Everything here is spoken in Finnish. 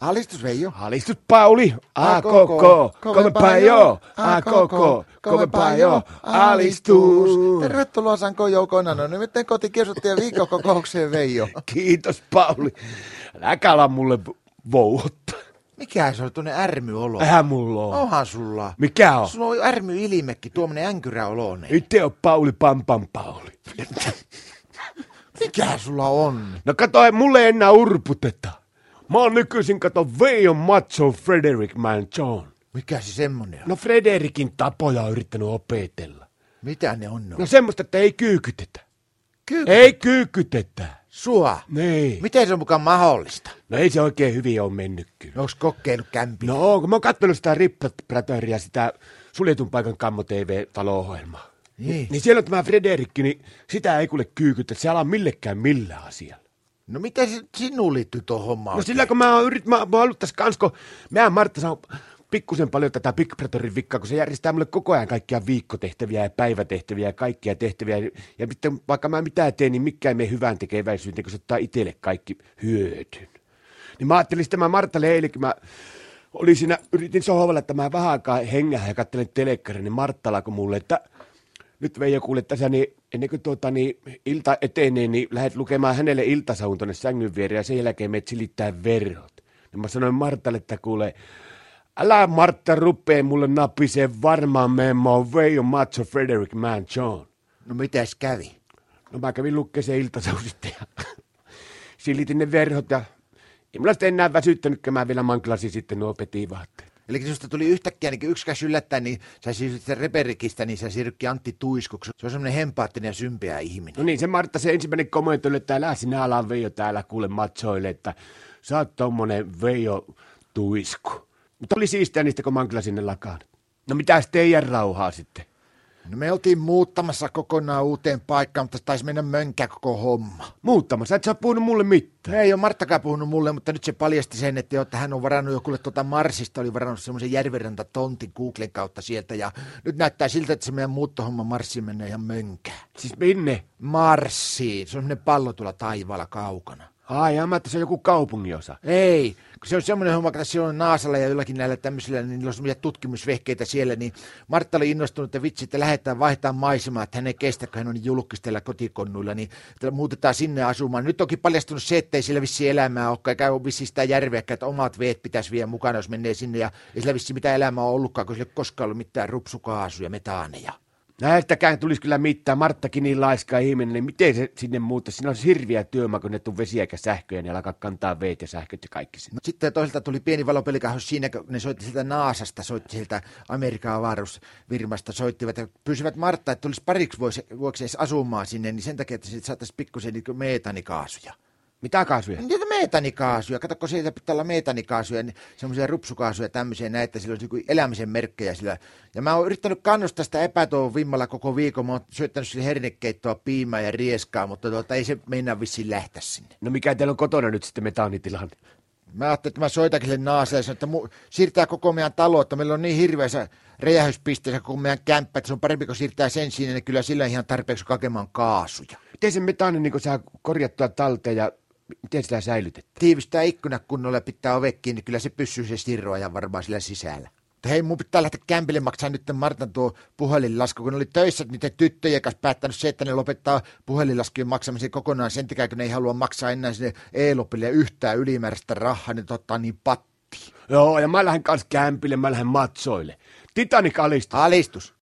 Alistus Veijo. Alistus Pauli, a koko, kovempaa jo, a koko, kovempaa jo, alistus. Tervetuloa Sanko Joukona, no nimittäin kotikiusattujen viikkokokoukseen Veijo. Kiitos Pauli. Äkä ala mulle vouhottaa. Mikä se on tuonne ärmyolo? Ähän mulla on. Äh, Onhan sulla. Mikä on? Sulla on ärmyilmekki, tuommoinen änkyräoloinen. Itse on Pauli Pampan Pauli. Mikä sulla on? No kato, ei mulle enää urputeta. Mä oon nykyisin kato Veijon Macho Frederick Man John. Mikä se semmonen on? No Frederikin tapoja on yrittänyt opetella. Mitä ne on? No semmoista, että ei kyykytetä. Kyllä. Ei kyykytetä. Sua. Niin. Miten se on mukaan mahdollista? No ei se oikein hyvin ole mennyt kyllä. No onks kokeillut kämpi? No kun mä oon kattonut sitä Rippapratöriä, sitä suljetun paikan kammo TV-talo-ohjelmaa. Niin. Niin siellä on tämä Frederikki, niin sitä ei kuule kyykytä, se ala millekään millään asialla. No miten se sinuun liittyy tuohon hommaan? No sillä kun mä oon yrit, mä, mä oon ollut tässä kans, kun mä ja Martta saan pikkusen paljon tätä Big Brotherin vikkaa, kun se järjestää mulle koko ajan kaikkia viikkotehtäviä ja päivätehtäviä ja kaikkia tehtäviä. Ja sitten vaikka mä mitään teen, niin mikään me hyvän tekeväisyyteen, kun se ottaa itselle kaikki hyödyn. Niin mä ajattelin sitten mä Martta Leili, kun mä olin siinä, yritin sohvalla, että mä vähän aikaa hengähän ja katselen telekkarin, niin Martta alkoi mulle, että nyt Veijo kuule tässä, niin ennen kuin tuota, niin ilta etenee, niin lähdet lukemaan hänelle iltasaun tuonne sängyn viereen ja sen jälkeen menet silittää verhot. Ja mä sanoin Martalle, että kuule, älä Martta rupee mulle napisee varmaan memmo Veijo Macho Frederick Man John. No mitäs kävi? No mä kävin lukkeen sen iltasaun sitten ja silitin ne verhot ja ei mulla sitten enää väsyttänyt, kun mä vielä manklasin sitten nuo petivaatteet. Eli sinusta tuli yhtäkkiä niin yksikäs yllättäen, niin sä siirryt sen reperikistä, niin sä siirrytkin Antti Tuiskuksi. Se on semmoinen empaattinen ja sympeä ihminen. No niin, se Martta, se ensimmäinen komento oli, että älä sinä ala Veijo täällä kuule matsoille, että sä oot tommonen Veijo tuisku. Mutta oli siistiä niistä, kun mä oon kyllä sinne lakaan. No mitäs teidän rauhaa sitten? No me oltiin muuttamassa kokonaan uuteen paikkaan, mutta se taisi mennä mönkää koko homma. Muuttamassa, et sä oo puhunut mulle mitään. No ei ole Marttakaan puhunut mulle, mutta nyt se paljasti sen, että, joo, että hän on varannut jokulle tuota Marsista, oli varannut semmoisen järvenranta tontin Googlen kautta sieltä. Ja nyt näyttää siltä, että se meidän muuttohomma Marsi menee ihan mönkään. Siis minne? Marsiin, se on semmoinen pallo tuolla taivaalla kaukana. Ai, ja mä että se on joku kaupunginosa. Ei, kun se on semmoinen homma, että silloin Naasalla ja jollakin näillä tämmöisillä, niin niillä on semmoisia tutkimusvehkeitä siellä, niin Martta oli innostunut, että vitsi, että lähdetään vaihtamaan maisemaa, että hän ei kestä, kun hän on julkistella kotikonnuilla, niin että muutetaan sinne asumaan. Nyt onkin paljastunut se, että ei sillä vissi elämää ole, eikä ole vissi sitä järveäkään, että omat veet pitäisi viedä mukana, jos menee sinne, ja ei sillä vissi mitään elämää ole ollutkaan, kun sillä ei ole koskaan ollut mitään rupsukaasuja, metaaneja. Näiltäkään tulisi kyllä mitään. Marttakin niin laiska ihminen, niin miten se sinne muuta? Siinä on hirviä työmaa, kun ne tuu vesiä eikä sähköjä, niin alkaa kantaa veet ja sähköt ja kaikki sinne. No, sitten toiselta tuli pieni valopelikahos siinä, kun ne soitti sieltä Naasasta, soitti sieltä Amerikan avaruusfirmasta, soittivat ja pyysivät Martta, että tulisi pariksi vuosi- vuoksi edes asumaan sinne, niin sen takia, että siitä saataisiin pikkusen niin meetanikaasuja. Mitä kaasuja? Niitä meetanikaasuja, kato, kun siellä pitää olla meetanikaasuja, niin semmoisia rupsukaasuja ja tämmöisiä näin, että sillä olisi niin elämisen merkkejä sillä. Ja mä oon yrittänyt kannustaa sitä epätoivon vimmalla koko viikon, mä oon syöttänyt sille hernekeittoa, piimää ja rieskaa, mutta tuota, ei se meinaa vissiin lähteä sinne. No mikä teillä on kotona nyt sitten metaanitilanne? Mä ajattelin, että mä soitankin sille naaselle ja sanon, että mu- siirtää koko meidän talo, että meillä on niin hirveä se räjähyspisteessä koko meidän kämppä, että se on parempi, kun siirtää sen sinne, niin kyllä sillä ihan tarpeeksi kakemaan kaasuja. Miten se metaani niin saa korjattua talteen ja miten sitä säilytetään? Tiivistää ikkuna kunnolla ja pitää ovet kiinni, niin kyllä se pysyy se sirroajan varmaan sillä sisällä. Mutta hei, mun pitää lähteä kämpille maksaa nyt tän Martan tuo puhelinlasku, kun ne oli töissä niiden tyttöjen kanssa päättänyt se, että ne lopettaa puhelinlaskujen maksamisen kokonaan sen takia, kun ne ei halua maksaa enää sinne e-lopille yhtään ylimääräistä rahaa, niin ottaa niin patti. Joo, ja mä lähden kans kämpille, mä lähden matsoille. Titanic alistus. Alistus.